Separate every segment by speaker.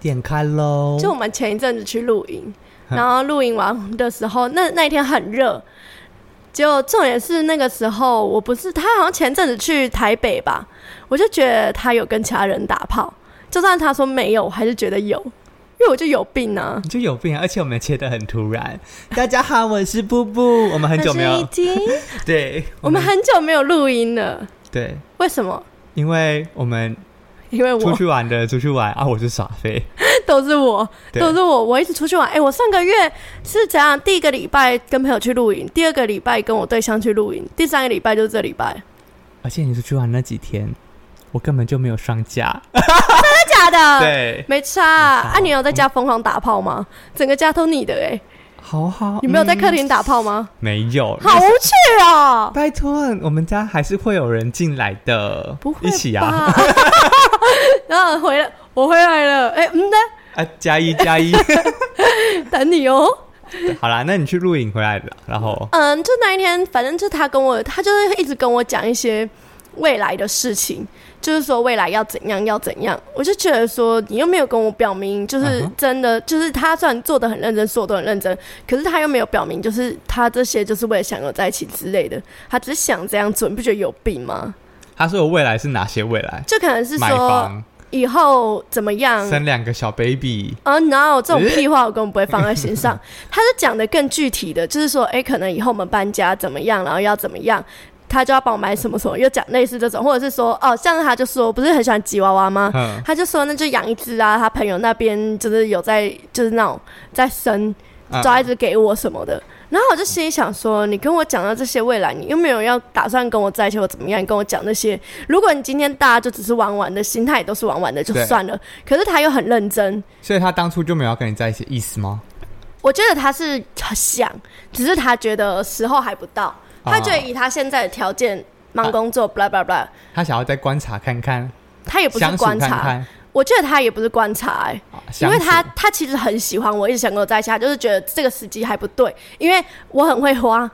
Speaker 1: 点开喽。
Speaker 2: 就我们前一阵子去露营，
Speaker 1: 嗯
Speaker 2: 然后露营完的时候，那那一天很热，结果重点是那个时候我不是他好像前阵子去台北吧，我就觉得他有跟其他人打炮，就算他说没有，我还是觉得有，因为我就有病啊。
Speaker 1: 你就有病啊！而且我们切的很突然。 大家好，我是布布，我们很久没
Speaker 2: 但是已
Speaker 1: 有 嗯
Speaker 2: 经，
Speaker 1: 对，
Speaker 2: 我们很久没有录音了，
Speaker 1: 对，
Speaker 2: 为什么？
Speaker 1: 因为我们
Speaker 2: 因为
Speaker 1: 出
Speaker 2: 我
Speaker 1: 去玩的出去玩啊，我是耍飞，
Speaker 2: 都是我，
Speaker 1: 对
Speaker 2: 都是我，我一直出去玩。哎、我上个月是怎样？第一个礼拜跟朋友去露营，第二个礼拜跟我对象去露营，第三个礼拜就是这礼拜，
Speaker 1: 而且你出去玩那几天，我根本就没有上架，
Speaker 2: 真的假的？，
Speaker 1: 对，
Speaker 2: 没差啊！
Speaker 1: 没差
Speaker 2: 啊你有在家疯狂打炮吗？整个家都你的哎、
Speaker 1: 好好，
Speaker 2: 你没有在
Speaker 1: 嗯
Speaker 2: 客厅打炮吗？
Speaker 1: 没有，
Speaker 2: 好啊无趣哦、
Speaker 1: 拜托，我们家还是会有人进来的，
Speaker 2: 不会
Speaker 1: 一起啊，
Speaker 2: 吧 然后回来，我回来了，哎、嗯的，
Speaker 1: 啊，加一加 一，
Speaker 2: 等你哦、
Speaker 1: 好啦，那你去录影回来了，然后
Speaker 2: 嗯，就那一天，反正就他跟我，他就是一直跟我讲一些未来的事情，就是说未来要怎样要怎样。我就觉得说，你又没有跟我表明，就是
Speaker 1: 嗯哼
Speaker 2: 真的就是他虽然做的很认真，说的很认真，可是他又没有表明，就是他这些就是为了想要在一起之类的，他只是想这样做，你不觉得有病吗？
Speaker 1: 他说我未来是哪些未来？
Speaker 2: 就可能是
Speaker 1: 买
Speaker 2: 说嗯
Speaker 1: 房，
Speaker 2: 以后怎么样。
Speaker 1: 生两个小 baby，
Speaker 2: 啊、no！这种屁话我根本不会放在心上。他是讲的更具体的，就是说，哎、可能以后我们搬家怎么样，然后要怎么样，他就要帮我买什么什么，又讲类似这种，或者是说，哦，像他就说，不是很喜欢吉娃娃吗？
Speaker 1: 嗯，
Speaker 2: 他就说那就养一只啊，他朋友那边就是有在，就是那种在生
Speaker 1: 嗯
Speaker 2: 抓一只给我什么的。然后我就心里想说，你跟我讲到这些未来，你又没有要打算跟我在一起或怎么样，你跟我讲那些。如果你今天大家就只是玩玩的心态，都是玩玩的就
Speaker 1: 对
Speaker 2: 算了。可是他又很认真，
Speaker 1: 所以他当初就没有要跟你在一起的意思吗？
Speaker 2: 我觉得他是想，只是他觉得时候还不到，
Speaker 1: 啊
Speaker 2: 他觉得以他现在的条件忙工作，blah blah blah，
Speaker 1: 他想要再观察看看，
Speaker 2: 他也不
Speaker 1: 啊相
Speaker 2: 是
Speaker 1: 处
Speaker 2: 观
Speaker 1: 看
Speaker 2: 察，
Speaker 1: 看，
Speaker 2: 我觉得他也不是观察、欸，
Speaker 1: 啊
Speaker 2: 因
Speaker 1: 相
Speaker 2: 为
Speaker 1: 处
Speaker 2: 他他其实很喜欢我，一直想跟我在一起，他就是觉得这个时机还不对，因为我很会花，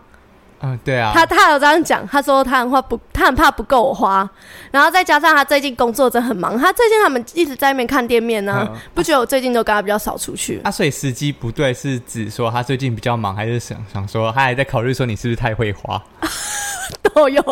Speaker 1: 嗯，对啊，
Speaker 2: 他他有这样讲，他说他很怕不，他很怕不够我花，然后再加上他最近工作真的很忙，他最近他们一直在那边看店面呢、
Speaker 1: 嗯
Speaker 2: 不觉得我最近都跟他比较少出去，
Speaker 1: 啊，所以时机不对是指说他最近比较忙，还是想想说他还在考虑说你是不是太会花？
Speaker 2: 都有，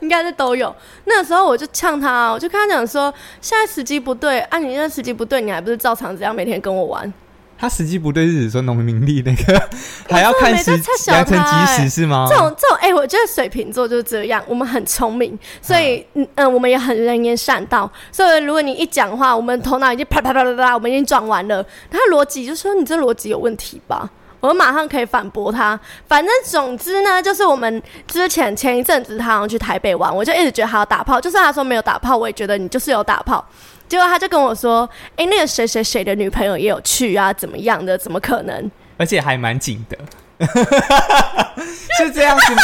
Speaker 2: 应该是都有。那时候我就呛他，我就跟他讲说，现在时机不对，啊，你那时机不对，你还不是照常这样每天跟我玩？
Speaker 1: 他时机不对是指说农民力那个 还要看时
Speaker 2: 我真的没在猜小
Speaker 1: 良辰
Speaker 2: 他
Speaker 1: 吉
Speaker 2: 欸
Speaker 1: 时是吗？
Speaker 2: 这种这种，哎、我觉得水瓶座就是这样，我们很聪明，所以嗯嗯，我们也很能言善道。所以如果你一讲话，我们头脑已经啪啪啪啪啪，我们已经转完了。他逻辑就说你这逻辑有问题吧。我马上可以反驳他。反正总之呢，就是我们之前前一阵子他好像去台北玩，我就一直觉得他要打炮，就算他说没有打炮，我也觉得你就是有打炮。结果他就跟我说：“哎、那个谁谁谁的女朋友也有去啊，怎么样的？怎么可能？
Speaker 1: 而且还蛮紧的， 是这 样子吗？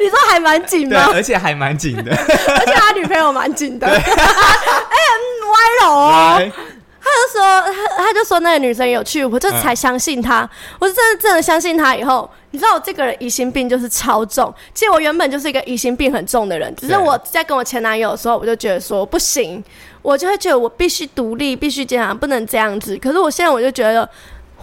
Speaker 2: 你说还蛮紧
Speaker 1: 对，
Speaker 2: 吗？
Speaker 1: 而且还蛮紧 的。
Speaker 2: 而且他女朋友蛮紧的， 哎、很歪楼哦。
Speaker 1: 来
Speaker 2: 他就说，他他就说那个女生有去，我就才相信他，我是真的真的相信他。以后你知道我这个人疑心病就是超重，其实我原本就是一个疑心病很重的人，只是
Speaker 1: 对
Speaker 2: 我在跟我前男友的时候，我就觉得说不行，我就会觉得我必须独立，必须坚强，不能这样子。可是我现在我就觉得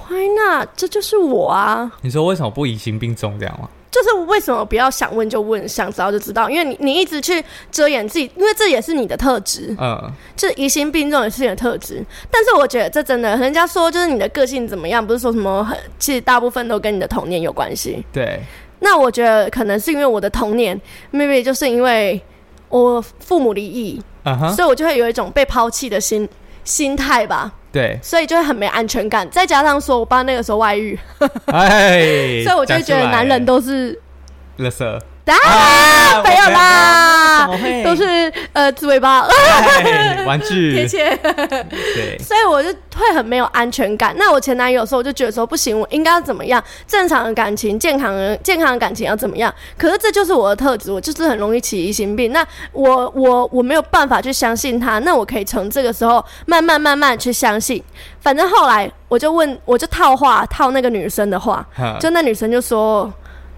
Speaker 2: ，Why not？这就是我啊。
Speaker 1: 你说为什么不疑心病重这样吗？
Speaker 2: 就是为什么不要想问就问，想知道就知道，因为你你一直去遮掩自己，因为这也是你的特质，
Speaker 1: 嗯，
Speaker 2: 就是疑心病这种是你的特质。但是我觉得这真的，人家说就是你的个性怎么样，不是说什么很，其实大部分都跟你的童年有关系。
Speaker 1: 对，
Speaker 2: 那我觉得可能是因为我的童年，maybe 就是因为我父母离异，
Speaker 1: 嗯哼，
Speaker 2: 所以我就会有一种被抛弃的心心态吧，
Speaker 1: 对，
Speaker 2: 所以就会很没安全感。再加上说我爸那个时候外遇，
Speaker 1: 哎，
Speaker 2: 所以我就会觉得男人
Speaker 1: 都
Speaker 2: 都是
Speaker 1: 乐色，
Speaker 2: 啊，
Speaker 1: 啊
Speaker 2: 没有啦
Speaker 1: 我没有
Speaker 2: 都
Speaker 1: 怎么会，
Speaker 2: 是呃猪尾巴，呃
Speaker 1: 哎玩
Speaker 2: 贴
Speaker 1: 具，
Speaker 2: 切，
Speaker 1: 对，
Speaker 2: 所以我就会很没有安全感。那我前男友的时候，我就觉得说不行，我应该要怎么样？正常的感情，健康的健康的感情要怎么样？可是这就是我的特质，我就是很容易起疑心病。那我我我没有办法去相信他，那我可以从这个时候慢慢慢慢去相信。反正后来我就问，我就套话套那个女生的话，
Speaker 1: 哼
Speaker 2: 啊就那女生就说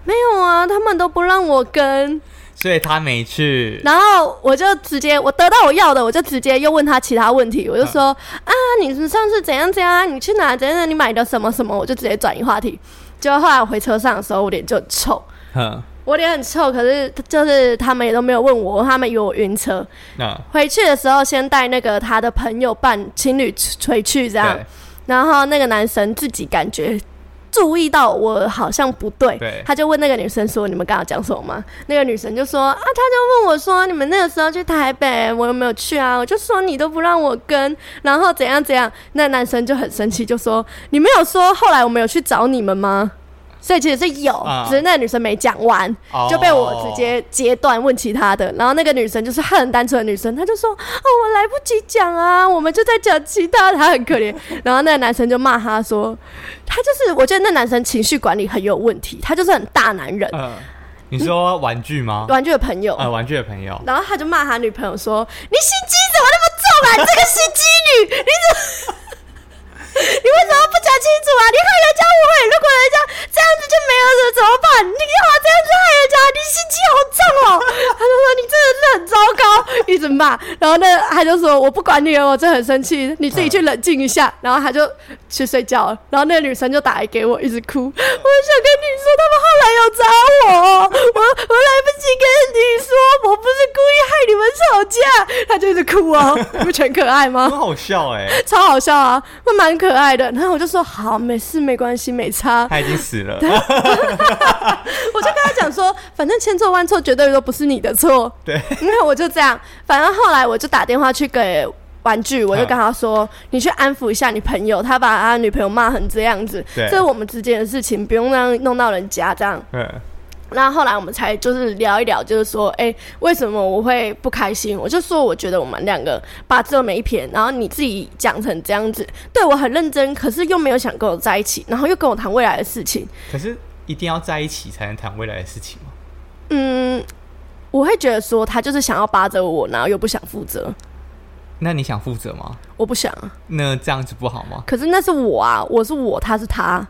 Speaker 2: 没有啊，他们都不让我跟。
Speaker 1: 所以他没去。
Speaker 2: 然后我就直接我得到我要的，我就直接又问他其他问题，我就说、啊，你是上次怎样怎样啊，你去哪怎样怎样，你买的什么什么，我就直接转移话题。结果后来我回车上的时候，我脸就很臭，
Speaker 1: 哼，
Speaker 2: 我脸很臭，可是就是他们也都没有问我，他们以为我晕车。
Speaker 1: 那
Speaker 2: 回去的时候先带那个他的朋友伴情侣回去这样
Speaker 1: 对，
Speaker 2: 然后那个男生自己感觉。注意到我好像不对，
Speaker 1: 对
Speaker 2: 他就问那个女生说：“你们刚刚讲什么吗？”那个女生就说：“啊，他就问我说，你们那个时候去台北，我有没有去啊？”我就说：“你都不让我跟，然后怎样怎样。”那男生就很生气，就说：“你没有说后来我们有去找你们吗？”所以其实是有，
Speaker 1: 啊
Speaker 2: 只是那个女生没讲完。
Speaker 1: 哦
Speaker 2: 就被我直接截断问其他的，然后那个女生就是很单纯的女生，她就说：“哦，我来不及讲啊，我们就在讲其他的，她很可怜。”然后那个男生就骂她说：“他就是，我觉得那男生情绪管理很有问题，他就是很大男人，
Speaker 1: 呃，你说玩具吗？
Speaker 2: 玩具的朋友。
Speaker 1: 呃，玩具的朋友，
Speaker 2: 然后他就骂他女朋友说：“你心机怎么那么重啊？这个心机女，你怎么？ 你为什么不讲清楚啊？你害人家误会，如果人家这样子就没有了怎么办？你干嘛这样子害人家？你心机好重哦！”他就说：“你真的是很糟糕，一直骂。”然后呢，他就说：“我不管你了，我真的很生气，你自己去冷静一下。”然后他就去睡觉了。然后那个女生就打来给我，一直哭。 我想跟你说，他们后来有找我，我我来不及跟你说，我不是故意害你们吵架。他就一直哭哦，你不觉得很可爱吗
Speaker 1: 很？好笑哎、
Speaker 2: 超好笑啊，会蛮可爱的。然后我就说好，没事，没关系，没差。
Speaker 1: 他已经死了。
Speaker 2: 我就跟
Speaker 1: 啊
Speaker 2: 他讲说，反正千错万错，绝对都不是你的错。
Speaker 1: 对，
Speaker 2: 因为我就这样，反正后来我就打电话去给玩具，我就跟他说，你去安抚一下你朋友，他把他女朋友骂成这样子，
Speaker 1: 对
Speaker 2: 这是我们之间的事情，不用让弄到人家这样。
Speaker 1: 嗯，
Speaker 2: 那后来我们才就是聊一聊，就是说，哎、为什么我会不开心？我就说，我觉得我们两个八字都没一撇，然后你自己讲成这样子，对我很认真，可是又没有想跟我在一起，然后又跟我谈未来的事情。
Speaker 1: 可是一定要在一起才能谈未来的事情吗？
Speaker 2: 嗯，我会觉得说，他就是想要扒着我，然后又不想负责，
Speaker 1: 那你想负责吗？
Speaker 2: 我不想啊。
Speaker 1: 那这样子不好吗？
Speaker 2: 可是那是我啊，我是我，他是他，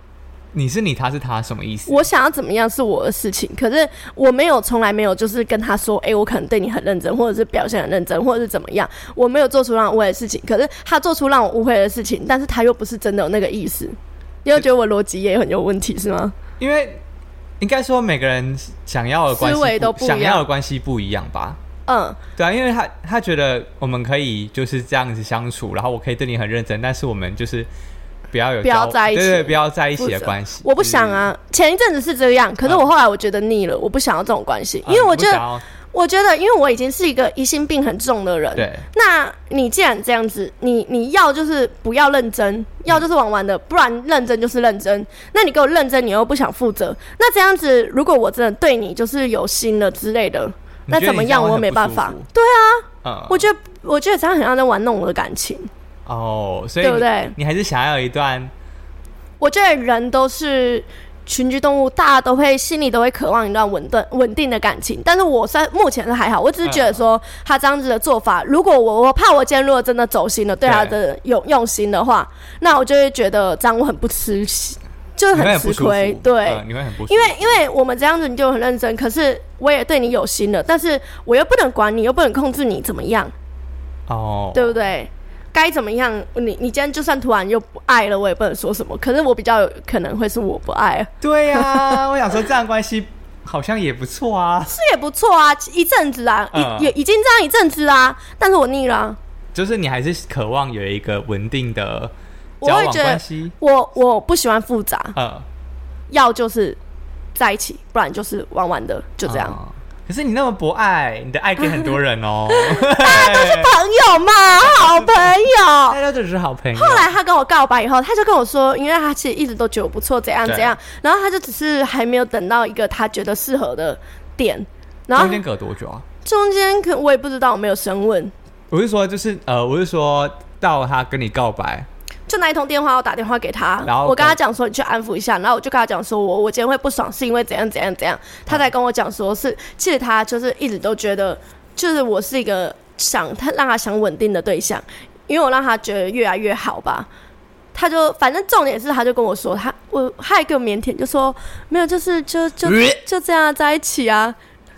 Speaker 1: 你是你，他是他，什么意思？
Speaker 2: 我想要怎么样是我的事情。可是我没有，从来没有就是跟他说，哎、我可能对你很认真，或者是表现很认真，或者是怎么样，我没有做出让我误会的事情。可是他做出让我误会的事情，但是他又不是真的有那个意思。你又觉得我逻辑也很有问题是吗？
Speaker 1: 因为应该说每个人想要的关系
Speaker 2: 思维都不一样
Speaker 1: 想要的关系不一样吧？
Speaker 2: 嗯，
Speaker 1: 对啊，因为他他觉得我们可以就是这样子相处，然后我可以对你很认真，但是我们就是不要有
Speaker 2: 不要
Speaker 1: 交
Speaker 2: 在一起
Speaker 1: 对对，不要在一起
Speaker 2: 负
Speaker 1: 的
Speaker 2: 责
Speaker 1: 关系。嗯
Speaker 2: 我不想啊。前一阵子是这样，可是我后来我觉得腻了，我不想要这种关系，
Speaker 1: 就是，
Speaker 2: 因为
Speaker 1: 啊
Speaker 2: 我
Speaker 1: 你
Speaker 2: 觉
Speaker 1: 不
Speaker 2: 得
Speaker 1: 想要
Speaker 2: 我觉得，因为我已经是一个疑心病很重的人，
Speaker 1: 对
Speaker 2: 那你既然这样子，你你要就是不要认真，要就是玩玩的，不然认真就是认真。那你给我认真，你又不想负责，那这样子，如果我真的对你就是有心了之类的，
Speaker 1: 你
Speaker 2: 那
Speaker 1: 觉得
Speaker 2: 怎么
Speaker 1: 你这样会
Speaker 2: 我
Speaker 1: 很
Speaker 2: 没
Speaker 1: 不
Speaker 2: 办
Speaker 1: 舒
Speaker 2: 法
Speaker 1: 服。
Speaker 2: 对啊，
Speaker 1: 嗯，
Speaker 2: 我觉得我觉得这样很像在玩弄我的感情，
Speaker 1: 哦，所以
Speaker 2: 对不
Speaker 1: 你
Speaker 2: 对？
Speaker 1: 你还是想要有一段
Speaker 2: 我觉得人都是群居动物，大家都会心里都会渴望一段稳定稳定的感情。但是我算目前是还好，我只是觉得说他这样子的做法，如果我我怕我今天如果真的走心了，对他的有用心的话，那我就会觉得这样我很不吃，就是
Speaker 1: 你 会
Speaker 2: 很
Speaker 1: 不
Speaker 2: 吃
Speaker 1: 舒服
Speaker 2: 亏。对，
Speaker 1: 嗯你会很不舒服，
Speaker 2: 因为因为我们这样子你就很认真，可是我也对你有心了，但是我又不能管你，又不能控制你怎么样，
Speaker 1: 哦，
Speaker 2: 对不对？该怎么样？你你今天就算突然又不爱了，我也不能说什么。可是我比较有可能会是我不爱，
Speaker 1: 对 呀、我想说这样关系好像也不错啊，
Speaker 2: 这也不错啊，一阵子啊，
Speaker 1: 嗯
Speaker 2: 已也已经这样一阵子啦、但是我腻了啊、
Speaker 1: 就是你还是渴望有一个稳定的
Speaker 2: 我
Speaker 1: 交
Speaker 2: 会
Speaker 1: 往
Speaker 2: 觉得
Speaker 1: 关系，
Speaker 2: 我我不喜欢复杂，
Speaker 1: 呃，
Speaker 2: 要就是在一起，不然就是玩玩的，就这样。
Speaker 1: 嗯可是你那么博爱，你的爱给很多人 哦，
Speaker 2: 朋友嘛，
Speaker 1: 哎
Speaker 2: 好朋友
Speaker 1: 大。家都只是好朋友。
Speaker 2: 后来他跟我告白以后，他就跟我说，因为他其实一直都觉得我不错，怎样
Speaker 1: 对
Speaker 2: 怎样，然后他就只是还没有等到一个他觉得适合的点，然后
Speaker 1: 中间隔多久啊？
Speaker 2: 中间可我也不知道，我没有深问，
Speaker 1: 我是说，就是呃，我是说到他跟你告白，
Speaker 2: 就那一通电话，我打电话给他，
Speaker 1: 然后
Speaker 2: 我跟他讲说你去安抚一下，然后我就跟他讲说我我今天会不爽是因为怎样怎样怎样，他才跟我讲说是其实他就是一直都觉得就是我是一个想他让他想稳定的对象，因为我让他觉得越来越好吧。他就反正重点是，他就跟我说，他我还有一个腼腆，就说没有，就是就就
Speaker 1: 呃
Speaker 2: 就这样在一起啊。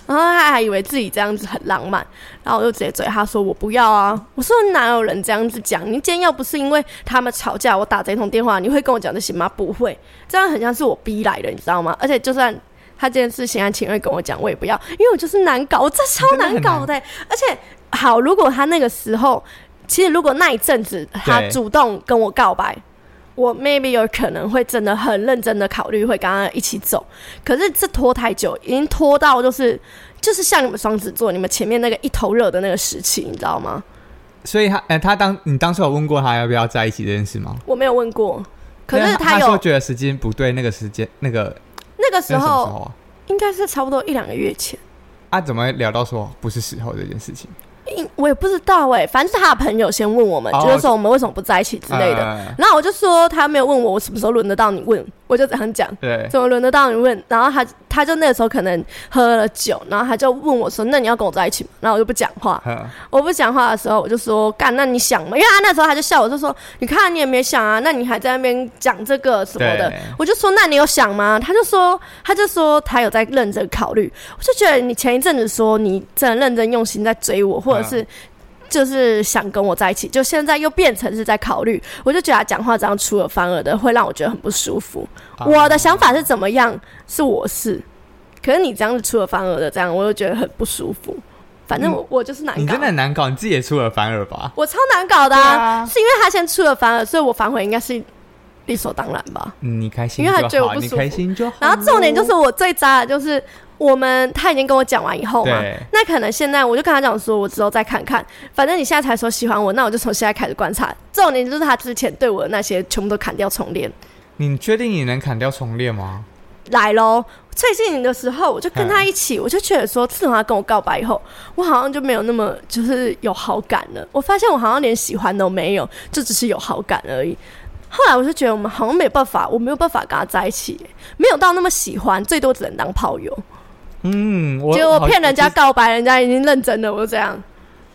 Speaker 2: 然后他还以为自己这样子很浪漫，然后我就直接追他说我不要啊，我说哪有人这样子讲？你今天要不是因为他们吵架，我打这通电话，你会跟我讲这些吗？不会，这样很像是我逼来的，你知道吗？而且就算。他这件事情安情愿跟我讲，我也不要，因为我就是难搞，我这超
Speaker 1: 你真的很
Speaker 2: 难搞的欸、而且，好，如果他那个时候，其实如果那一阵子他
Speaker 1: 对
Speaker 2: 主动跟我告白，我 maybe 有可能会真的很认真的考虑会跟他一起走，可是这拖太久，已经拖到就是就是像你们双子座，你们前面那个一头热的那个时期，你知道吗？
Speaker 1: 所以他，哎、他当你当初有问过他要不要在一起这件事吗？
Speaker 2: 我没有问过，可
Speaker 1: 那
Speaker 2: 是
Speaker 1: 他
Speaker 2: 有
Speaker 1: 说觉得时间不对，那个时间那个
Speaker 2: 那个
Speaker 1: 那
Speaker 2: 时
Speaker 1: 什么时
Speaker 2: 候
Speaker 1: 候啊？
Speaker 2: 应该是差不多一两个月前，
Speaker 1: 啊，怎么会聊到说不是时候这件事情
Speaker 2: 因我也不知道哎、反正是他的朋友先问我们，
Speaker 1: 哦
Speaker 2: 就是说我们为什么不在一起之类的，
Speaker 1: 嗯
Speaker 2: 然后我就说他没有问我，我什么时候轮得到你问，我就这样讲。
Speaker 1: 对，
Speaker 2: 怎么轮得到你问？然后他他就那个时候可能喝了酒，然后他就问我说：“那你要跟我在一起吗？”然后我就不讲话。
Speaker 1: 嗯
Speaker 2: 我不讲话的时候，我就说：“干，那你想吗？”因为他那时候他就笑我，就说：“你看你也没想啊，那你还在那边讲这个什么的
Speaker 1: 对。”
Speaker 2: 我就说：“那你有想吗？”他就说：“他就说他有在认真考虑。”我就觉得你前一阵子说你真的认真用心在追我，或者是。就是想跟我在一起，就现在又变成是在考虑，我就觉得他讲话这样出尔反尔的，会让我觉得很不舒服。
Speaker 1: 啊
Speaker 2: 我的想法是怎么样是我是，可是你这样子出尔反尔的这样，我就觉得很不舒服。反正我、我就是难搞，
Speaker 1: 嗯你真的很难搞，你自己也出尔反尔吧？
Speaker 2: 我超难搞的、啊，
Speaker 1: 对啊
Speaker 2: 是因为他先出尔反尔，所以我反悔应该是理所当然吧。
Speaker 1: 嗯，你开心
Speaker 2: 因为他觉得
Speaker 1: 就
Speaker 2: 我
Speaker 1: 好，
Speaker 2: 不
Speaker 1: 你
Speaker 2: 舒服
Speaker 1: 开心就好。
Speaker 2: 然后重点就是我最渣的就是我们他已经跟我讲完以后嘛
Speaker 1: 对，
Speaker 2: 那可能现在我就跟他讲说，我之后再看看，反正你现在才说喜欢我，那我就从现在开始观察。重点就是他之前对我的那些全部都砍掉重练。
Speaker 1: 你确定你能砍掉重练吗？
Speaker 2: 来喽。最近的时候，我就跟他一起，我就觉得说，自从他跟我告白以后，我好像就没有那么就是有好感了。我发现我好像连喜欢都没有，就只是有好感而已。后来我就觉得我们好像没有办法，我没有办法跟他在一起，没有到那么喜欢，最多只能当炮友。
Speaker 1: 嗯，我
Speaker 2: 结果
Speaker 1: 好
Speaker 2: 骗人家
Speaker 1: 就是
Speaker 2: 告白，人家已经认真了，我就这样。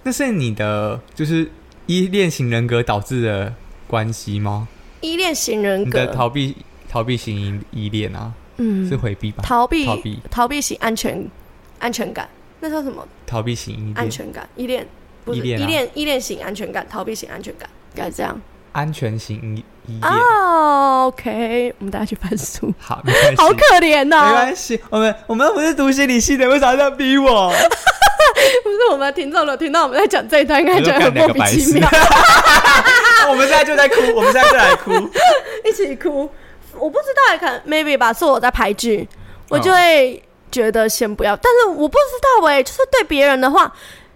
Speaker 1: 那是你的就是依恋型人格导致的关系吗？
Speaker 2: 依恋型人
Speaker 1: 你的
Speaker 2: 格，
Speaker 1: 逃避逃避型依依恋啊，
Speaker 2: 嗯
Speaker 1: 是，回避吧？
Speaker 2: 逃避
Speaker 1: 逃避
Speaker 2: 逃避型安全安全感，那叫什么？
Speaker 1: 逃避型依
Speaker 2: 安
Speaker 1: 恋，
Speaker 2: 全感，依恋不是
Speaker 1: 依恋啊
Speaker 2: 依恋依恋型安全感，逃避型安全感，应该这样。
Speaker 1: 安全型依依恋。
Speaker 2: 哦、o k 我们大家去翻书，
Speaker 1: 好，没关系，
Speaker 2: 好可怜啊呐、
Speaker 1: 没关系，我们我们不是读心理系的，为啥要这样逼 我？
Speaker 2: 不是我们听众了，听到我们在讲这一段，应该
Speaker 1: 我
Speaker 2: 觉得
Speaker 1: 就
Speaker 2: 很
Speaker 1: 看
Speaker 2: 莫
Speaker 1: 两个
Speaker 2: 名
Speaker 1: 白
Speaker 2: 其
Speaker 1: 痴
Speaker 2: 妙，。
Speaker 1: 我们现在就在哭，我们现在就来哭。
Speaker 2: 一起哭。我不知道，可能 maybe 吧，是我在排剧，我就会觉得先不要。但是我不知道哎、就是对别人的话，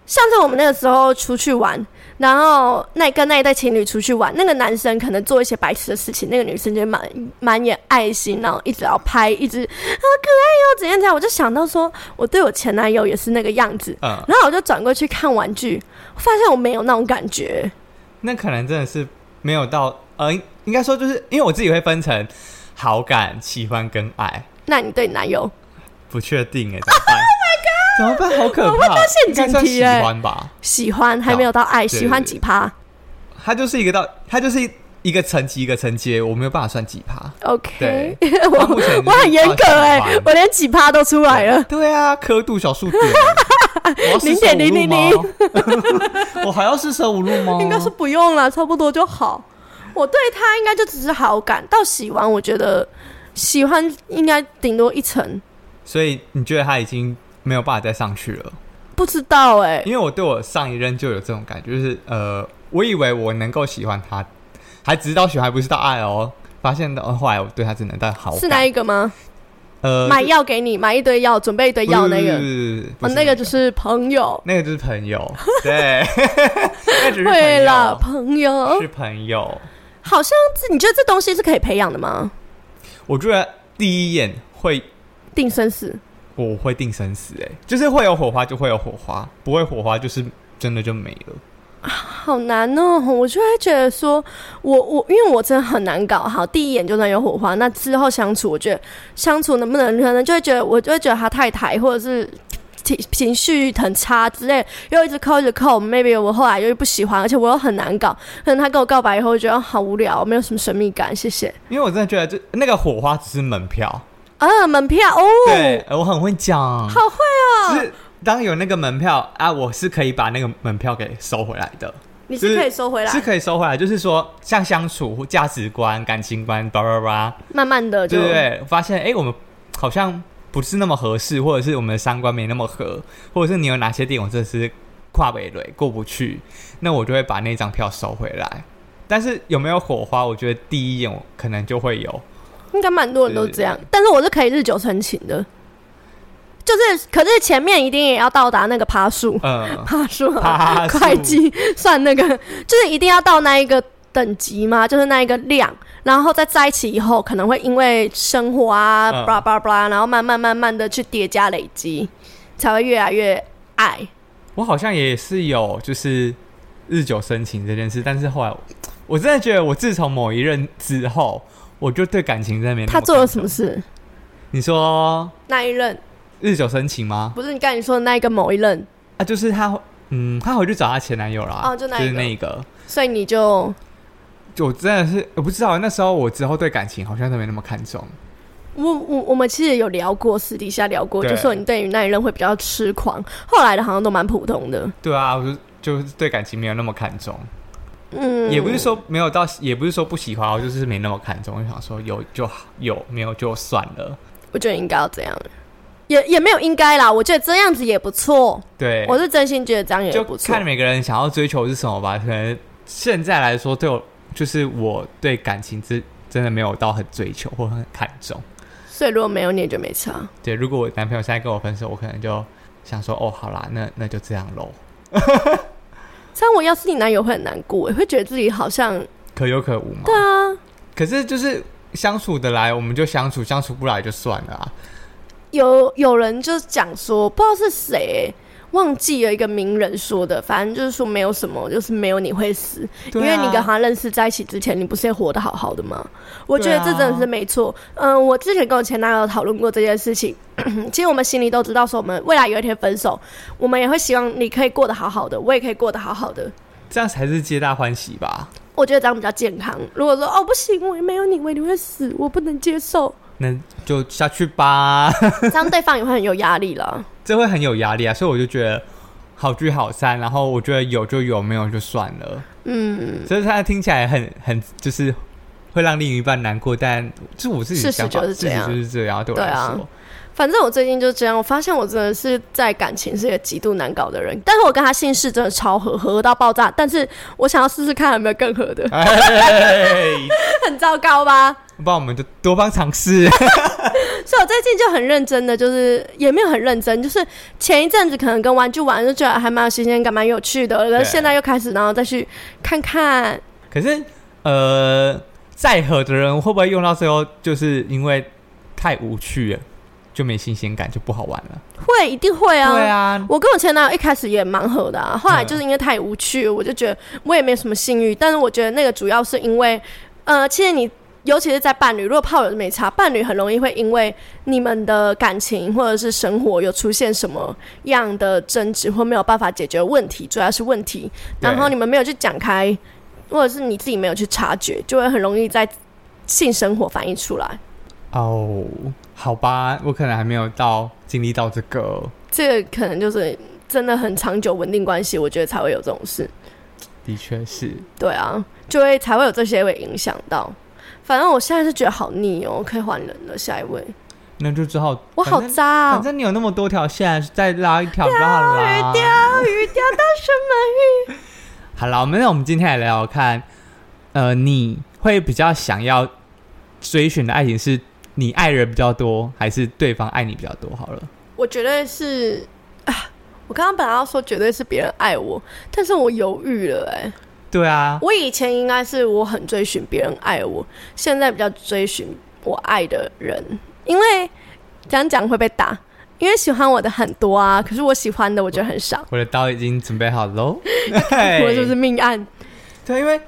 Speaker 2: 上次我们那个时候出去玩，然后那跟那一对情侣出去玩，那个男生可能做一些白痴的事情，那个女生就满满眼爱心，然后一直啊要拍，一直好可爱哦，怎样怎样，我就想到说，我对我前男友也是那个样子，
Speaker 1: 嗯，
Speaker 2: 然后我就转过去看玩具，我发现我没有那种感觉，
Speaker 1: 那可能真的是没有到，呃，应该说就是因为我自己会分成好感、喜欢跟爱，
Speaker 2: 那你对你男友？
Speaker 1: 不确定哎，怎 么办怎么办？好可
Speaker 2: Oh 我
Speaker 1: 怕！
Speaker 2: 陷
Speaker 1: 应该
Speaker 2: 阱
Speaker 1: 算
Speaker 2: 题
Speaker 1: 喜
Speaker 2: 欸
Speaker 1: 欢吧？
Speaker 2: 喜欢还没有到爱，
Speaker 1: 对
Speaker 2: 喜欢几趴
Speaker 1: 它就是一个到，它就是一个层级一个层阶，我没有办法算几趴。
Speaker 2: ？OK，
Speaker 1: 对
Speaker 2: 我
Speaker 1: 他目前
Speaker 2: 我很严格哎、
Speaker 1: 就是喜欢
Speaker 2: 我连几趴都出来了。
Speaker 1: 对啊，刻度小数点，啊我要
Speaker 2: 0.000
Speaker 1: 0.000 我还要四舍五入吗？
Speaker 2: 应该是不用了，差不多就好。我对他应该就只是好感，到喜欢我觉得喜欢应该顶多一层，
Speaker 1: 所以你觉得他已经没有办法再上去了？
Speaker 2: 不知道哎、
Speaker 1: 因为我对我上一任就有这种感觉，就是呃，我以为我能够喜欢他，还直到喜欢不是到爱哦，发现到后来我对他只能到好感。
Speaker 2: 是哪一个吗？
Speaker 1: 呃，
Speaker 2: 买药给你，买一堆药，准备一堆药那
Speaker 1: 不
Speaker 2: 个，
Speaker 1: 是不
Speaker 2: 哦，
Speaker 1: 是
Speaker 2: 那个就是朋友，
Speaker 1: 那个就是朋 友，对，那只是朋
Speaker 2: 会了，
Speaker 1: 友，
Speaker 2: 朋友
Speaker 1: 是，朋友。
Speaker 2: 好像这你觉得这东西是可以培养的吗？
Speaker 1: 我觉得第一眼会
Speaker 2: 定生死，
Speaker 1: 我会定生死、欸，哎，就是会有火花就会有火花，不会火花就是真的就没了。
Speaker 2: 好难哦！ 我就会觉得说，我我因为我真的很难搞。好，第一眼就算有火花，那之后相处，我觉得相处能不能可能就会觉得，我就会觉得他太抬，或者是情情绪很差之类，又一直扣一直扣。maybe 我后来又不喜欢，而且我又很难搞。可能他跟我告白以后，我觉得哦好无聊，没有什么神秘感。谢谢
Speaker 1: 因为我真的觉得这那个火花只是门票，
Speaker 2: 啊，门票哦，
Speaker 1: 对我很会讲，
Speaker 2: 好会哦，
Speaker 1: 就是当有那个门票啊，我是可以把那个门票给收回来的，
Speaker 2: 你是可以收回来，
Speaker 1: 是可以收回来。就是说，像相处、价值观、感情观，叭叭叭，
Speaker 2: 慢慢的就
Speaker 1: 对不对？发现哎、诶我们好像不是那么合适，或者是我们的三观没那么合，或者是你有哪些点我真的是跨北垒过不去，那我就会把那张票收回来。但是有没有火花？我觉得第一眼我可能就会有，
Speaker 2: 应该蛮多人都这样，但是我是可以日久生情的，就是可是前面一定也要到达那个爬树，
Speaker 1: 呃，
Speaker 2: 爬树啊，
Speaker 1: 爬树
Speaker 2: 会计算那个，就是一定要到那一个等级嘛，就是那一个量，然后再在一起以后，可能会因为生活啊，
Speaker 1: 嗯
Speaker 2: blah blah blah，然后慢慢慢慢的去叠加累积，才会越来越爱。
Speaker 1: 我好像也是有就是日久生情这件事，但是后来我我真的觉得，我自从某一任之后，我就对感情这边
Speaker 2: 他做了什么？事？
Speaker 1: 你说
Speaker 2: 那一任
Speaker 1: 日久生情吗？
Speaker 2: 不是你刚才你说的那一个某一任，
Speaker 1: 啊，就是她，嗯，她回去找她前男友啦，
Speaker 2: 哦就那一个
Speaker 1: 是那个。
Speaker 2: 所以你就
Speaker 1: 就我真的是我不知道，那时候我之后对感情好像都没那么看重。
Speaker 2: 我我我们其实有聊过，私底下聊过，
Speaker 1: 对
Speaker 2: 就说你对于那一任会比较痴狂，后来的好像都蛮普通的。
Speaker 1: 对啊，我就就是对感情没有那么看重，
Speaker 2: 嗯，
Speaker 1: 也不是说没有到，也不是说不喜欢，我就是没那么看重。我就想说有就好，有没有就算了。
Speaker 2: 我觉得应该要这样，也也没有应该啦。我觉得这样子也不错，
Speaker 1: 对，
Speaker 2: 我是真心觉得这样也
Speaker 1: 就
Speaker 2: 不错
Speaker 1: 看。每个人想要追求是什么吧。可能现在来说，对我就是我对感情真真的没有到很追求或很看重。
Speaker 2: 所以如果没有你也就没差，
Speaker 1: 对，如果我男朋友现在跟我分手，我可能就想说，哦，好啦，那那就这样喽，
Speaker 2: 像我要是你男友会很难过，会觉得自己好像
Speaker 1: 可有可无嘛。
Speaker 2: 对啊，
Speaker 1: 可是就是相处得来，我们就相处；相处不来就算了啊。
Speaker 2: 有有人就讲说，不知道是谁、忘记有一个名人说的，反正就是说没有什么，就是没有你会死，因
Speaker 1: 对啊
Speaker 2: 为你跟他认识在一起之前，你不是也活得好好的吗？我觉
Speaker 1: 对
Speaker 2: 得
Speaker 1: 啊
Speaker 2: 这真的是没错。嗯，我之前跟我前男友讨论过这件事情， 其实我们心里都知道，说我们未来有一天分手，我们也会希望你可以过得好好的，我也可以过得好好的。
Speaker 1: 这样才是皆大欢喜吧？
Speaker 2: 我觉得这样比较健康。如果说哦不行，我没有你，我一定会死，我不能接受，
Speaker 1: 那就下去吧，
Speaker 2: 这样对方也会很有压力了。
Speaker 1: 这会很有压力啊。所以我就觉得好聚好散，然后我觉得有就有，没有就算了。
Speaker 2: 嗯，
Speaker 1: 所以它听起来很很就是会让另一半难过，但这我自己的
Speaker 2: 事实
Speaker 1: 想法，
Speaker 2: 就是
Speaker 1: 事
Speaker 2: 这样
Speaker 1: 实就是这样，对我来
Speaker 2: 对啊
Speaker 1: 说，
Speaker 2: 反正我最近就这样，我发现我真的是在感情是一个极度难搞的人，但是我跟他姓氏真的超合，合到爆炸。但是我想要试试看有没有更合的，
Speaker 1: 哎，
Speaker 2: 很糟糕吧？
Speaker 1: 不然我们就多方尝试。
Speaker 2: 所以我最近就很认真的，就是也没有很认真，就是前一阵子可能跟玩具玩就觉得还蛮有新鲜感、蛮有趣的，可
Speaker 1: 对
Speaker 2: 是现在又开始，然后再去看看。
Speaker 1: 可是呃，再合的人会不会用到最后，就是因为太无趣了，就没新鲜感，就不好玩了？
Speaker 2: 会一定会啊，
Speaker 1: 对啊，
Speaker 2: 我跟我前男友一开始也蛮合的、啊，后来
Speaker 1: 嗯
Speaker 2: 就是因为太无趣，我就觉得我也没什么性欲。但是我觉得那个主要是因为，呃，其实你尤其是在伴侣，如果炮友没差，伴侣很容易会因为你们的感情或者是生活有出现什么样的争执或没有办法解决问题，主要是问题，
Speaker 1: 对
Speaker 2: 然后你们没有去讲开，或者是你自己没有去察觉，就会很容易在性生活反映出来。
Speaker 1: 哦，好吧，我可能还没有到经历到这个，
Speaker 2: 这个可能就是真的很长久稳定关系，我觉得才会有这种事。
Speaker 1: 的确是。
Speaker 2: 对啊，就会才会有这些会影响到。反正我现在是觉得好腻哦，可以换人了。下一位，
Speaker 1: 那就只好，
Speaker 2: 我好
Speaker 1: 反正
Speaker 2: 渣啊
Speaker 1: 反！正你有那么多条线，再拉一条就好了啦。
Speaker 2: 钓哎鱼钓到什么
Speaker 1: 好了，我们那我们今天来聊聊看，呃，你会比较想要追寻的爱情是你爱人比较多，还是对方爱你比较多？好了，
Speaker 2: 鱼？我绝对是啊！我刚刚本来要说绝对是别人爱我，但是我犹豫了哎、
Speaker 1: 对啊，
Speaker 2: 我以前应该是我很追寻别人爱我，现在比较追寻我爱的人，因为这样讲会被打。因为喜欢我的很多啊，可是我喜欢的我觉得很少，
Speaker 1: 我的刀已经准备好 喽。
Speaker 2: 我
Speaker 1: 我
Speaker 2: 就是命案。
Speaker 1: 对，因为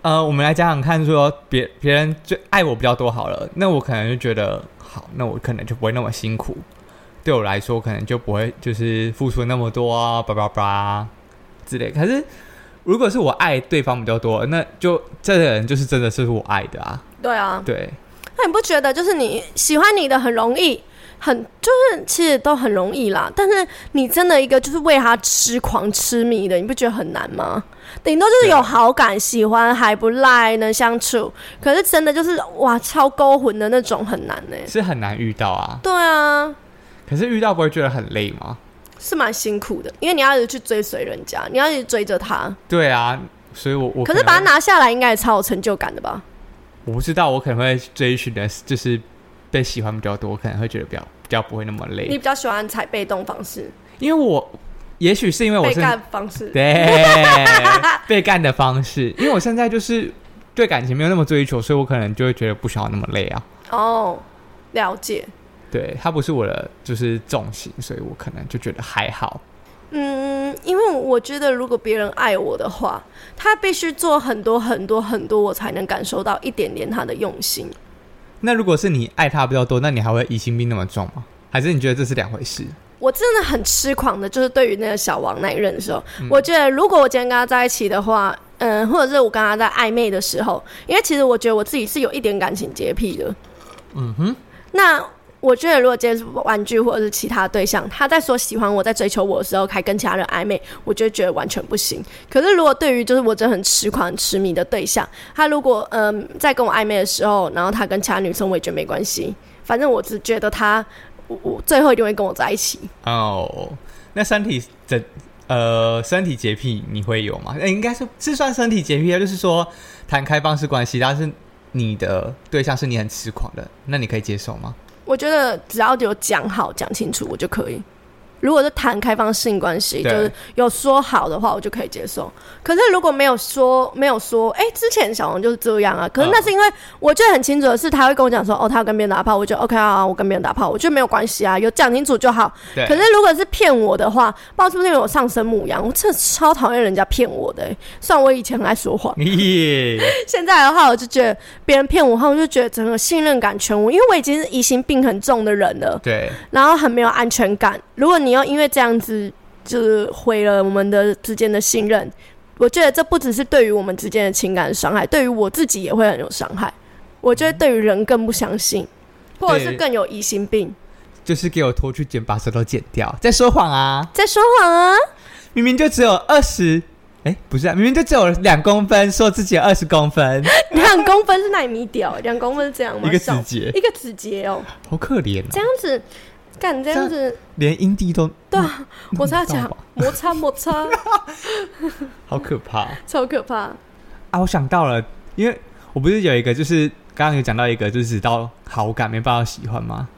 Speaker 1: 呃，我们来讲讲看说别别人最爱我比较多好了，那我可能就觉得好，那我可能就不会那么辛苦。对我来说，我可能就不会就是付出那么多啊，叭叭叭之类。可是如果是我爱对方比较多，那就这个人就是真的是我爱的啊。
Speaker 2: 对啊，
Speaker 1: 对，
Speaker 2: 那你不觉得就是你喜欢你的很容易，很就是其实都很容易啦。但是你真的一个就是为他痴狂痴迷的，你不觉得很难吗？顶多就是
Speaker 1: 对啊
Speaker 2: 有好感、喜欢还不赖、能相处，可是真的就是哇超勾魂的那种很难呢、
Speaker 1: 是很难遇到啊。
Speaker 2: 对啊，
Speaker 1: 可是遇到不会觉得很累吗？
Speaker 2: 是蛮辛苦的，因为你要一直去追随人家，你要一直追着他。
Speaker 1: 对啊，所以我我
Speaker 2: 可是
Speaker 1: 能
Speaker 2: 把它拿下来，应该也超有成就感的吧？
Speaker 1: 我不知道，我可能会追寻的是就是被喜欢比较多，我可能会觉得比较比较不会那么
Speaker 2: 你
Speaker 1: 累，
Speaker 2: 比较喜欢采被动方式、
Speaker 1: 因为我也许是因为我
Speaker 2: 被
Speaker 1: 是
Speaker 2: 干方式，
Speaker 1: 对 被干的方式，因为我现在就是对感情没有那么追求，所以我可能就会觉得不需要那么累啊。
Speaker 2: 哦，了解。
Speaker 1: 对，它不是我的就是重心，所以我可能就觉得还好。
Speaker 2: 嗯，因为我觉得如果别人爱我的话，他必须做很多很多很多，我才能感受到一点点他的用心。
Speaker 1: 那如果是你爱他比较多，那你还会疑心病那么重吗？还是你觉得这是两回事？
Speaker 2: 我真的很痴狂的，就是对于那个小王那一任的时候，
Speaker 1: 嗯
Speaker 2: 我觉得如果我今天跟他在一起的话，嗯，或者是我跟他在暧昧的时候，因为其实我觉得我自己是有一点感情洁癖的。
Speaker 1: 嗯哼，
Speaker 2: 那我觉得如果今天是玩具或者是其他对象，他在说喜欢我，在追求我的时候，还跟其他人暧昧，我就会觉得完全不行。可是如果对于就是我真的很痴狂、很痴迷的对象，他如果嗯、在跟我暧昧的时候，然后他跟其他女生，我也觉得没关系，反正我只觉得他。我我最后一定会跟我在一起，
Speaker 1: 哦，那身体整呃身体洁癖你会有吗？那、应该是是算身体洁癖啊，就是说谈开放式关系，但是你的对象是你很痴狂的，那你可以接受吗？
Speaker 2: 我觉得只要有讲好、讲清楚，我就可以。如果是谈开放性关系，就
Speaker 1: 对
Speaker 2: 是有说好的话，我就可以接受。可是如果没有说，没有说，哎、之前小王就是这样
Speaker 1: 嗯
Speaker 2: 啊。可是那是因为我觉得很清楚的是，他会跟我讲说，哦，他要跟别人打炮，我就 OK 啊，我跟别人打炮，我觉得没有关系啊，有讲清楚就好。
Speaker 1: 对，
Speaker 2: 可是如果是骗我的话，不知道是不是因为我上升母羊，我真的超讨厌人家骗我的、欸。虽然我以前很爱说谎，
Speaker 1: 耶，
Speaker 2: 现在的话，我就觉得别人骗我的话，我就觉得整个信任感全无，因为我已经是疑心病很重的人了。
Speaker 1: 对，
Speaker 2: 然后很没有安全感。如果你又因为这样子就是毁了我们的之间的信任，我觉得这不只是对于我们之间的情感伤害，对于我自己也会很有伤害。我觉得对于人更不相信，或者是
Speaker 1: 对
Speaker 2: 更有疑心病，
Speaker 1: 就是给我拖去剪，把舌头剪掉，在说谎啊！
Speaker 2: 在说谎啊！
Speaker 1: 明明就只有二十，哎，不是、啊，明明就只有两公分，说自己有二十公分，
Speaker 2: 两公分是纳米屌，两公分是 这样吗？
Speaker 1: 一个
Speaker 2: 手
Speaker 1: 指节，
Speaker 2: 一个指节哦，
Speaker 1: 好可怜
Speaker 2: 这
Speaker 1: 哦，
Speaker 2: 样子，干这样子，
Speaker 1: 连阴蒂都嗯
Speaker 2: 对啊，我才要
Speaker 1: 弄
Speaker 2: 讲
Speaker 1: 到吧
Speaker 2: 摩擦摩擦，
Speaker 1: 好可怕
Speaker 2: 超可怕。
Speaker 1: 啊！我想到了，因为我不是有一个，就是刚刚有讲到一个，就是只到好感没办法喜欢吗？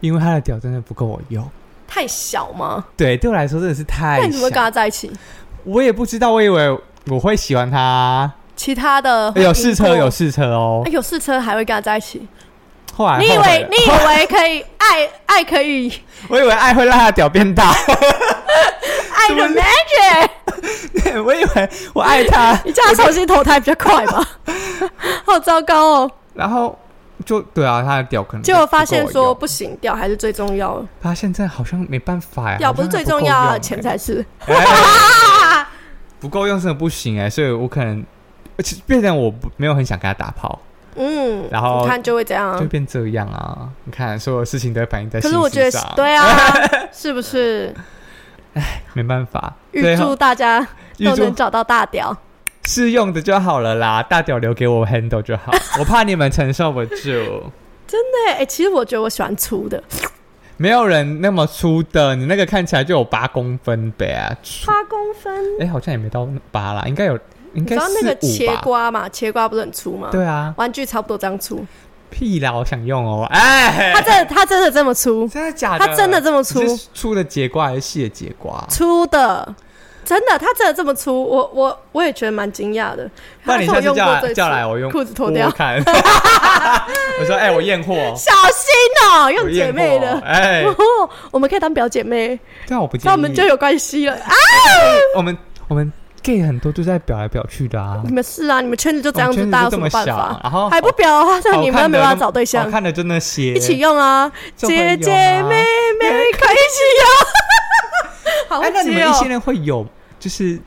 Speaker 1: 因为他的屌真的不够我用，
Speaker 2: 太小吗？
Speaker 1: 对，对我来说真的是太
Speaker 2: 那你怎么会
Speaker 1: 小
Speaker 2: 跟他在一起？
Speaker 1: 我也不知道，我以为我会喜欢他啊，
Speaker 2: 其他的
Speaker 1: 哎有试车，
Speaker 2: 过
Speaker 1: 有试车哦
Speaker 2: 哎，。有试车还会跟他在一起？
Speaker 1: 后来
Speaker 2: 你以
Speaker 1: 后悔
Speaker 2: 为
Speaker 1: 了
Speaker 2: 你以为可以爱爱可以
Speaker 1: 我以为爱会让他的屌变大，
Speaker 2: 爱的 magic？
Speaker 1: 我以为我爱他，
Speaker 2: 你叫他重新投胎比较快吧？好糟糕哦！
Speaker 1: 然后就对啊，他的屌可能
Speaker 2: 结果发现
Speaker 1: 不够我
Speaker 2: 说
Speaker 1: 用
Speaker 2: 不行，屌还是最重要的，
Speaker 1: 发现这好像没办法呀，
Speaker 2: 屌
Speaker 1: 好
Speaker 2: 不是
Speaker 1: 像
Speaker 2: 最
Speaker 1: 还够
Speaker 2: 重要啊，
Speaker 1: 用
Speaker 2: 钱
Speaker 1: 欸
Speaker 2: 才是。
Speaker 1: 哎不够用真的不行哎、所以我可能而且变成我不没有很想跟他打炮，
Speaker 2: 嗯，
Speaker 1: 然后
Speaker 2: 你看就会这样
Speaker 1: 就
Speaker 2: 啊。
Speaker 1: 变这样啊！你看所有事情都会反映在
Speaker 2: 可
Speaker 1: 心
Speaker 2: 是
Speaker 1: 思
Speaker 2: 我觉得
Speaker 1: 上，
Speaker 2: 对 啊，是不是？
Speaker 1: 没办法，
Speaker 2: 预
Speaker 1: 最
Speaker 2: 祝
Speaker 1: 后
Speaker 2: 大家
Speaker 1: 预
Speaker 2: 都能
Speaker 1: 祝
Speaker 2: 找到大屌。
Speaker 1: 试用的就好了啦，大屌留给我 handle 就好，我怕你们承受不住。
Speaker 2: 对，哎，其实我觉得我喜欢粗的，
Speaker 1: 没有人那么粗的，你那个看起来就有八公分呗，
Speaker 2: 八公分。
Speaker 1: 哎、好像也没到八啦，应该有，应
Speaker 2: 你知
Speaker 1: 该
Speaker 2: 道那个
Speaker 1: 四五
Speaker 2: 切
Speaker 1: 吧。
Speaker 2: 瓜嘛？切瓜不是很粗吗？
Speaker 1: 对啊，
Speaker 2: 玩具差不多这样粗。
Speaker 1: 屁啦，我想用哦，哎、
Speaker 2: 他真的他真的这么粗，
Speaker 1: 真的假的？
Speaker 2: 他真的这么粗
Speaker 1: 你是粗的节瓜还是细的节瓜？
Speaker 2: 粗的，真的，他真的这么粗，我我我也觉得蛮惊讶的。
Speaker 1: 不然你
Speaker 2: 他
Speaker 1: 下
Speaker 2: 是我
Speaker 1: 次
Speaker 2: 用
Speaker 1: 叫
Speaker 2: 过最
Speaker 1: 来
Speaker 2: 粗
Speaker 1: 叫来，我用
Speaker 2: 裤子脱
Speaker 1: 我
Speaker 2: 掉，
Speaker 1: 看。 我说，哎、我验货，
Speaker 2: 小心哦、
Speaker 1: 我
Speaker 2: 用姐
Speaker 1: 验货
Speaker 2: 妹的。
Speaker 1: 哎、
Speaker 2: 哦，我们可以当表姐妹，
Speaker 1: 对啊，我不介意。
Speaker 2: 那我们就有关系了
Speaker 1: 哎
Speaker 2: 啊！
Speaker 1: 我们我们 gay 很多都在表来表去的啊，
Speaker 2: 你们是啊，你们圈子就这样
Speaker 1: 我
Speaker 2: 子，
Speaker 1: 哦们圈子
Speaker 2: 大家有什
Speaker 1: 就这
Speaker 2: 么
Speaker 1: 么
Speaker 2: 办
Speaker 1: 小
Speaker 2: 法？
Speaker 1: 然后
Speaker 2: 还不表啊？这样你们又没办法找对
Speaker 1: 好
Speaker 2: 象，
Speaker 1: 看的就那些，
Speaker 2: 一起用啊！
Speaker 1: 就会用
Speaker 2: 姐姐
Speaker 1: 啊
Speaker 2: 妹妹可以一起用，好
Speaker 1: 哎、那你
Speaker 2: 解
Speaker 1: 们一
Speaker 2: 哦
Speaker 1: 些人会有就是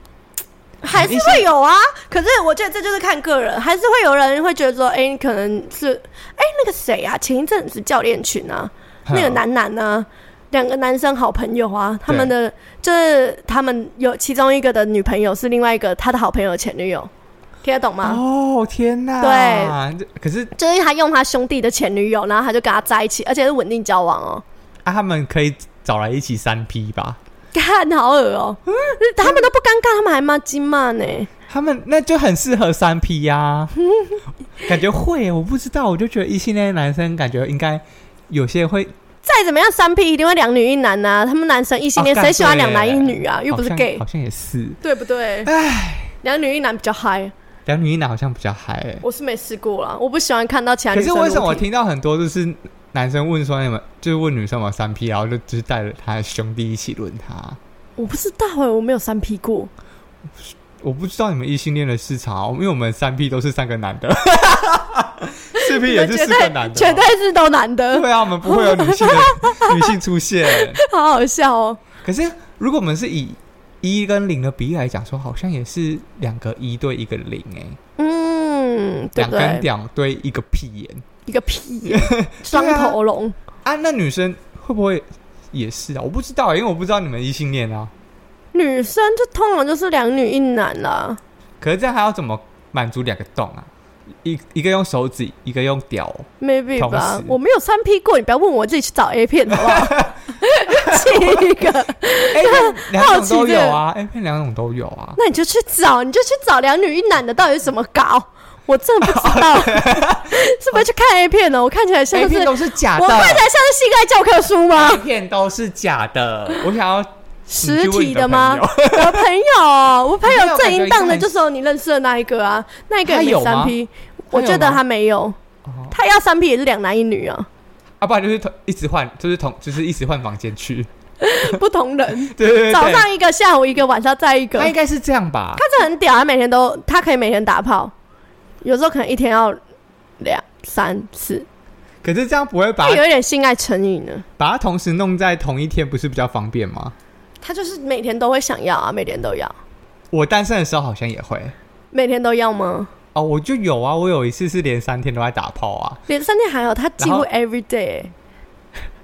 Speaker 2: 还是会有啊，可是我觉得这就是看个人，还是会有人会觉得说，哎、你可能是，哎、那个谁啊，前一阵子教练群啊，那
Speaker 1: 嗯
Speaker 2: 个男男呢、两个男生好朋友啊，他们的就是他们有其中一个的女朋友是另外一个他的好朋友的前女友，听得懂吗？
Speaker 1: 哦天哪！对，可是
Speaker 2: 就是他用他兄弟的前女友，然后他就跟他在一起，而且是稳定交往哦。
Speaker 1: 啊，他们可以找来一起三 P 吧？
Speaker 2: 干好恶哦、他们都不尴尬，他们还骂金骂呢。
Speaker 1: 他们那就很适合三 P 呀、 感觉会，我不知道，我就觉得异性恋男生感觉应该有些会
Speaker 2: 再怎么样，三 P 一定会两女一男呐、他们男生异性恋，
Speaker 1: 哦干
Speaker 2: 谁喜欢
Speaker 1: 对
Speaker 2: 两男一女啊？又不是
Speaker 1: 好像
Speaker 2: gay，
Speaker 1: 好像也是，
Speaker 2: 对不对？两女一男比较嗨，
Speaker 1: 两女一男好像比较嗨、欸。
Speaker 2: 我是没试过啦，我不喜欢看到其他
Speaker 1: 可
Speaker 2: 女
Speaker 1: 是
Speaker 2: 生。
Speaker 1: 为什么我？听到很多就是男生问说你们就是问女生有没有三 P，然后就就是带着他的兄弟一起轮他？
Speaker 2: 我不知道哎、我没有三 P 过。
Speaker 1: 我不知道你们异性恋的市场，啊因为我们三 P 都是三个 男的， 四 P
Speaker 2: 你
Speaker 1: 也
Speaker 2: 们
Speaker 1: 是
Speaker 2: 绝
Speaker 1: 四个
Speaker 2: 对
Speaker 1: 男的，啊
Speaker 2: 绝对是都男的，
Speaker 1: 对啊，我们不会有女性的女性出现。
Speaker 2: 好好笑哦、
Speaker 1: 可是如果我们是以一跟零的比例来讲说，好像也是两个一对一个零哎、
Speaker 2: 嗯，对
Speaker 1: 两
Speaker 2: 不
Speaker 1: 根
Speaker 2: 对？
Speaker 1: 屌啊对一个屁眼
Speaker 2: 一个屁， 双头龙。
Speaker 1: 啊，那女生会不会也是啊？我不知道、因为我不知道你们异性恋啊。
Speaker 2: 女生就通常就是两女一男啦，
Speaker 1: 可是这样还要怎么满足两个洞啊？一一个用手指，一个用屌，
Speaker 2: ，maybe
Speaker 1: 同
Speaker 2: 吧
Speaker 1: 时。
Speaker 2: 我没有三 P 过，你不要问我，自己去找 A 片好不好？ 气一个，
Speaker 1: 哎、两
Speaker 2: 好
Speaker 1: 种
Speaker 2: 奇这
Speaker 1: 都
Speaker 2: 个
Speaker 1: 有啊，A 片两种都有啊。
Speaker 2: 那你就去找，你就去找两女一男的到底是怎么搞，我真的不知 道， 是不是去看 A 片呢？我看起来像
Speaker 1: A
Speaker 2: 是
Speaker 1: 哎片都是假的
Speaker 2: 我看起来像是性爱教科书吗
Speaker 1: ，A？片都是假的。我想要嗯你
Speaker 2: 实
Speaker 1: 去问
Speaker 2: 体
Speaker 1: 你
Speaker 2: 的
Speaker 1: 的
Speaker 2: 吗？
Speaker 1: 朋友
Speaker 2: 我朋友哦，我朋
Speaker 1: 你朋
Speaker 2: 友
Speaker 1: 友
Speaker 2: 正淫荡的
Speaker 1: 感觉应该
Speaker 2: 就是哦有你认识的那一个啊，那一个也
Speaker 1: 他有
Speaker 2: 没
Speaker 1: 吗
Speaker 2: 三 P，我觉得
Speaker 1: 他有吗
Speaker 2: 他没有，
Speaker 1: 哦
Speaker 2: 他要三 P 也是两男一女啊，
Speaker 1: 啊，不然就是同一直换，就是同就是一直换房间 去。
Speaker 2: 不同人，
Speaker 1: 对对对
Speaker 2: 早
Speaker 1: 对，
Speaker 2: 上一个，下午一个，晚上再一个，
Speaker 1: 那应
Speaker 2: 他
Speaker 1: 该是这样吧？
Speaker 2: 这很屌，他每天都，他可以每天打炮，有时候可能一天要两三次，
Speaker 1: 可是这样不会把
Speaker 2: 他有一点性爱成瘾呢，
Speaker 1: 把它同时弄在同一天，不是比较方便吗？
Speaker 2: 他就是每天都会想要啊，每天都要，
Speaker 1: 我单身的时候好像也会
Speaker 2: 每天都要吗？
Speaker 1: 哦，我就有啊，我有一次是连三天都在打炮啊，
Speaker 2: 连三天还有，他几乎
Speaker 1: 然后
Speaker 2: every day，欸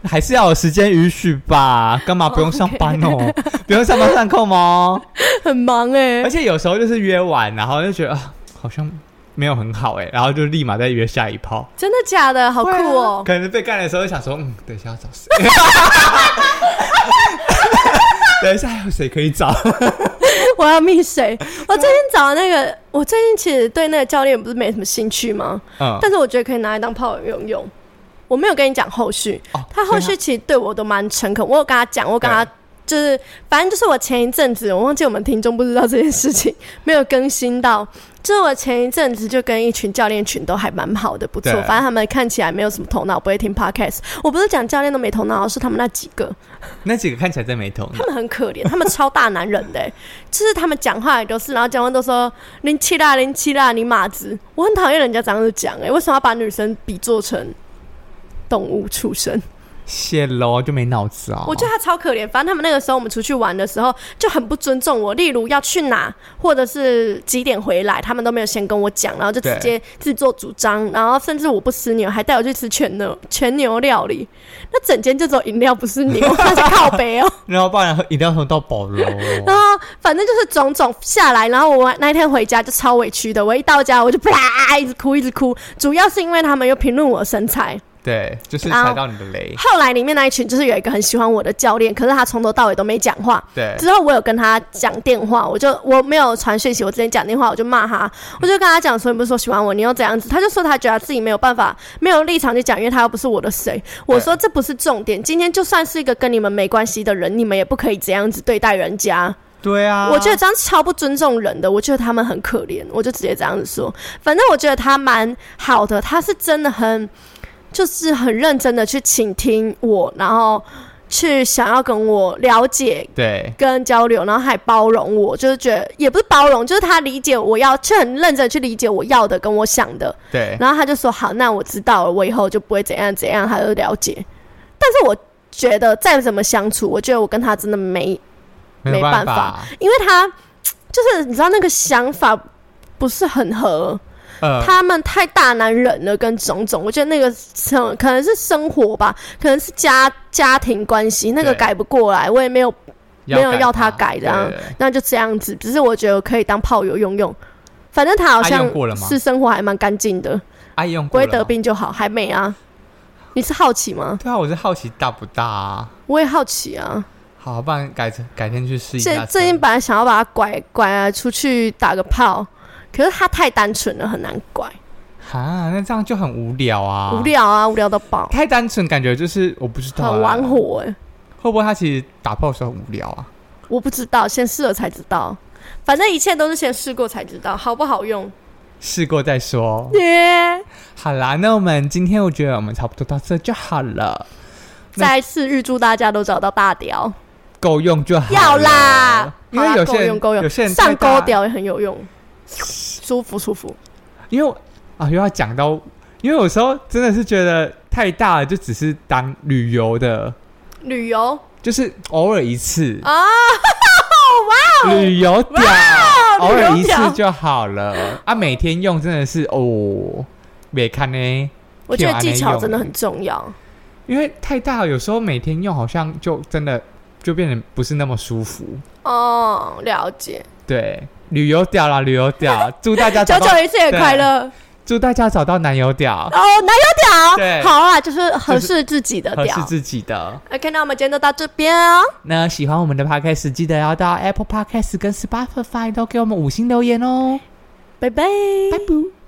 Speaker 1: 还是要有时间允许吧？干嘛不用上 班哦？不用上班上空哦。
Speaker 2: 很忙哎、
Speaker 1: 而且有时候就是约完，然后就觉得啊，好像没有很好哎、然后就立马再约下一炮。
Speaker 2: 真的假的？好酷哦、
Speaker 1: 可能被干的时候就想说，嗯，等一下要 找谁？ 等一下还有谁可以找？
Speaker 2: 我要密谁？我最近找那个，我最近其实对那个教练不是没什么兴趣吗？
Speaker 1: 嗯，
Speaker 2: 但是我觉得可以拿来当炮友用用。我没有跟你讲后续，
Speaker 1: 哦
Speaker 2: 他后续其实对我都蛮诚恳。我有跟他讲，我跟他
Speaker 1: 对
Speaker 2: 就是，反正就是我前一阵子，我忘记我们听众不知道这件事情，没有更新到。就是我前一阵子就跟一群教练群都还蛮好的，不错
Speaker 1: 对。
Speaker 2: 反正他们看起来没有什么头脑，不会听 podcast。我不是讲教练都没头脑，是他们那几个。
Speaker 1: 那几个看起来真没头
Speaker 2: 他们很可 怜，他们超大男人的、欸，就是他们讲话也都是，然后讲话都说“零七啦，零七啦，你马子”，我很讨厌人家这样子讲，哎，为什么要把女生比作成动物畜生？
Speaker 1: 谢喽，就没脑子哦。
Speaker 2: 我觉得他超可怜。反正他们那个时候我们出去玩的时候就很不尊重我，例如要去哪或者是几点回来，他们都没有先跟我讲，然后就直
Speaker 1: 对
Speaker 2: 接自作主张，然后甚至我不吃牛，还带我去吃全牛全牛料理，那整间就只有饮料不是牛， 那是靠北哦、
Speaker 1: 然后不然喝饮料喝到 饱喽。
Speaker 2: 然后反正就是种种下来，然后我那一天回家就超委屈的。我一到家我就啪一直哭，一直哭，主要是因为他们又评论我的身材。
Speaker 1: 对，就是踩到你的雷。
Speaker 2: 后来里面那一群就是有一个很喜欢我的教练，可是他从头到尾都没讲话。
Speaker 1: 对，
Speaker 2: 之后我有跟他讲电话，我就我没有传讯息，我之前讲电话我就骂他，我就跟他讲说你不是说喜欢我，你又怎样子？他就说他觉得他自己没有办法，没有立场去讲，因为他又不是我的谁。我说这不是重点，今天就算是一个跟你们没关系的人，你们也不可以这样子对待人家。
Speaker 1: 对啊，
Speaker 2: 我觉得这样超不尊重人的，我觉得他们很可怜，我就直接这样子说。反正我觉得他蛮好的，他是真的很，就是很认真的去倾听我，然后去想要跟我了解。
Speaker 1: 对
Speaker 2: 跟交流，然后还包容我，就是觉得也不是包容，就是他理解我要，却很认真地去理解我要的跟我想的，
Speaker 1: 对，
Speaker 2: 然后他就说好，那我知道了，我以后就不会怎样怎样，他就了解。但是我觉得再怎么相处，我觉得我跟他真的没
Speaker 1: 没有
Speaker 2: 办
Speaker 1: 法。
Speaker 2: 因为他就是你知道那个想法不是很合，
Speaker 1: 呃，
Speaker 2: 他们太大男人了，跟种种，我觉得那个生可能是生活吧，可能是家家庭关系，那个
Speaker 1: 对
Speaker 2: 改不过来，我也没有，没有
Speaker 1: 改
Speaker 2: 要他改的啊
Speaker 1: 对对对
Speaker 2: 那就这样子。只是我觉得可以当炮友用用，反正他好
Speaker 1: 他
Speaker 2: 像
Speaker 1: 用过了吗
Speaker 2: 是生活还蛮干净的，
Speaker 1: 阿姨用
Speaker 2: 不
Speaker 1: 过
Speaker 2: 会
Speaker 1: 了
Speaker 2: 得
Speaker 1: 吗。
Speaker 2: 病就好，还没啊。你是好奇吗？
Speaker 1: 对啊，我是好奇大不大啊？
Speaker 2: 我也好奇啊。
Speaker 1: 好，不然改成改天去试一
Speaker 2: 最
Speaker 1: 下。
Speaker 2: 最近本来想要把他拐拐啊出去打个炮，可是他太单纯了，很难拐，
Speaker 1: 啊，那这样就很无聊啊，
Speaker 2: 无，聊啊，无聊到爆，
Speaker 1: 太单纯，感觉就是我不知道、啊，
Speaker 2: 很玩，火哎、
Speaker 1: 会不会他其实打炮的时候很无聊啊？
Speaker 2: 我不知道，先试了才知道。反正一切都是先试过才知道好不好用。
Speaker 1: 试过再说。
Speaker 2: 耶、
Speaker 1: 好啦，那我们今天我觉得我们差不多到这就好了，那
Speaker 2: 再次预祝大家都找到大屌，
Speaker 1: 够用 就好了。
Speaker 2: 要啦，
Speaker 1: 因为
Speaker 2: 好啦
Speaker 1: 有些人
Speaker 2: 够用够
Speaker 1: 有些
Speaker 2: 用，
Speaker 1: 人
Speaker 2: 上
Speaker 1: 太大
Speaker 2: 钩屌也很有用，舒服舒服。
Speaker 1: 因为我啊又要讲到，因为有时候真的是觉得太大了，就只是当旅游的，
Speaker 2: 旅游
Speaker 1: 就是偶尔一次
Speaker 2: 啊， 哇哦，
Speaker 1: 旅游屌，偶
Speaker 2: 旅游
Speaker 1: 尔一次
Speaker 2: 屌
Speaker 1: 就好了啊，每天用真的是哦，别看呢。
Speaker 2: 我觉得
Speaker 1: 屁股还
Speaker 2: 技
Speaker 1: 没
Speaker 2: 巧
Speaker 1: 用
Speaker 2: 真的很重要。
Speaker 1: 因为太大了，有时候每天用好像就真的就变得不是那么舒服。
Speaker 2: 哦，了解。
Speaker 1: 对，旅游屌啦，旅游屌，祝大家
Speaker 2: 九
Speaker 1: 找到
Speaker 2: 九一次也快乐
Speaker 1: 祝大家找到男友屌，
Speaker 2: 哦，哪有
Speaker 1: 对
Speaker 2: 屌？好啊，就是合适自己的
Speaker 1: 合
Speaker 2: 屌
Speaker 1: 适。自己的。
Speaker 2: OK，那我们今天就到这边哦。
Speaker 1: 那喜欢我们的 podcast，记得要到 Apple Podcast 跟 Spotify 都给我们五星留言哦，
Speaker 2: 拜拜。
Speaker 1: 拜拜。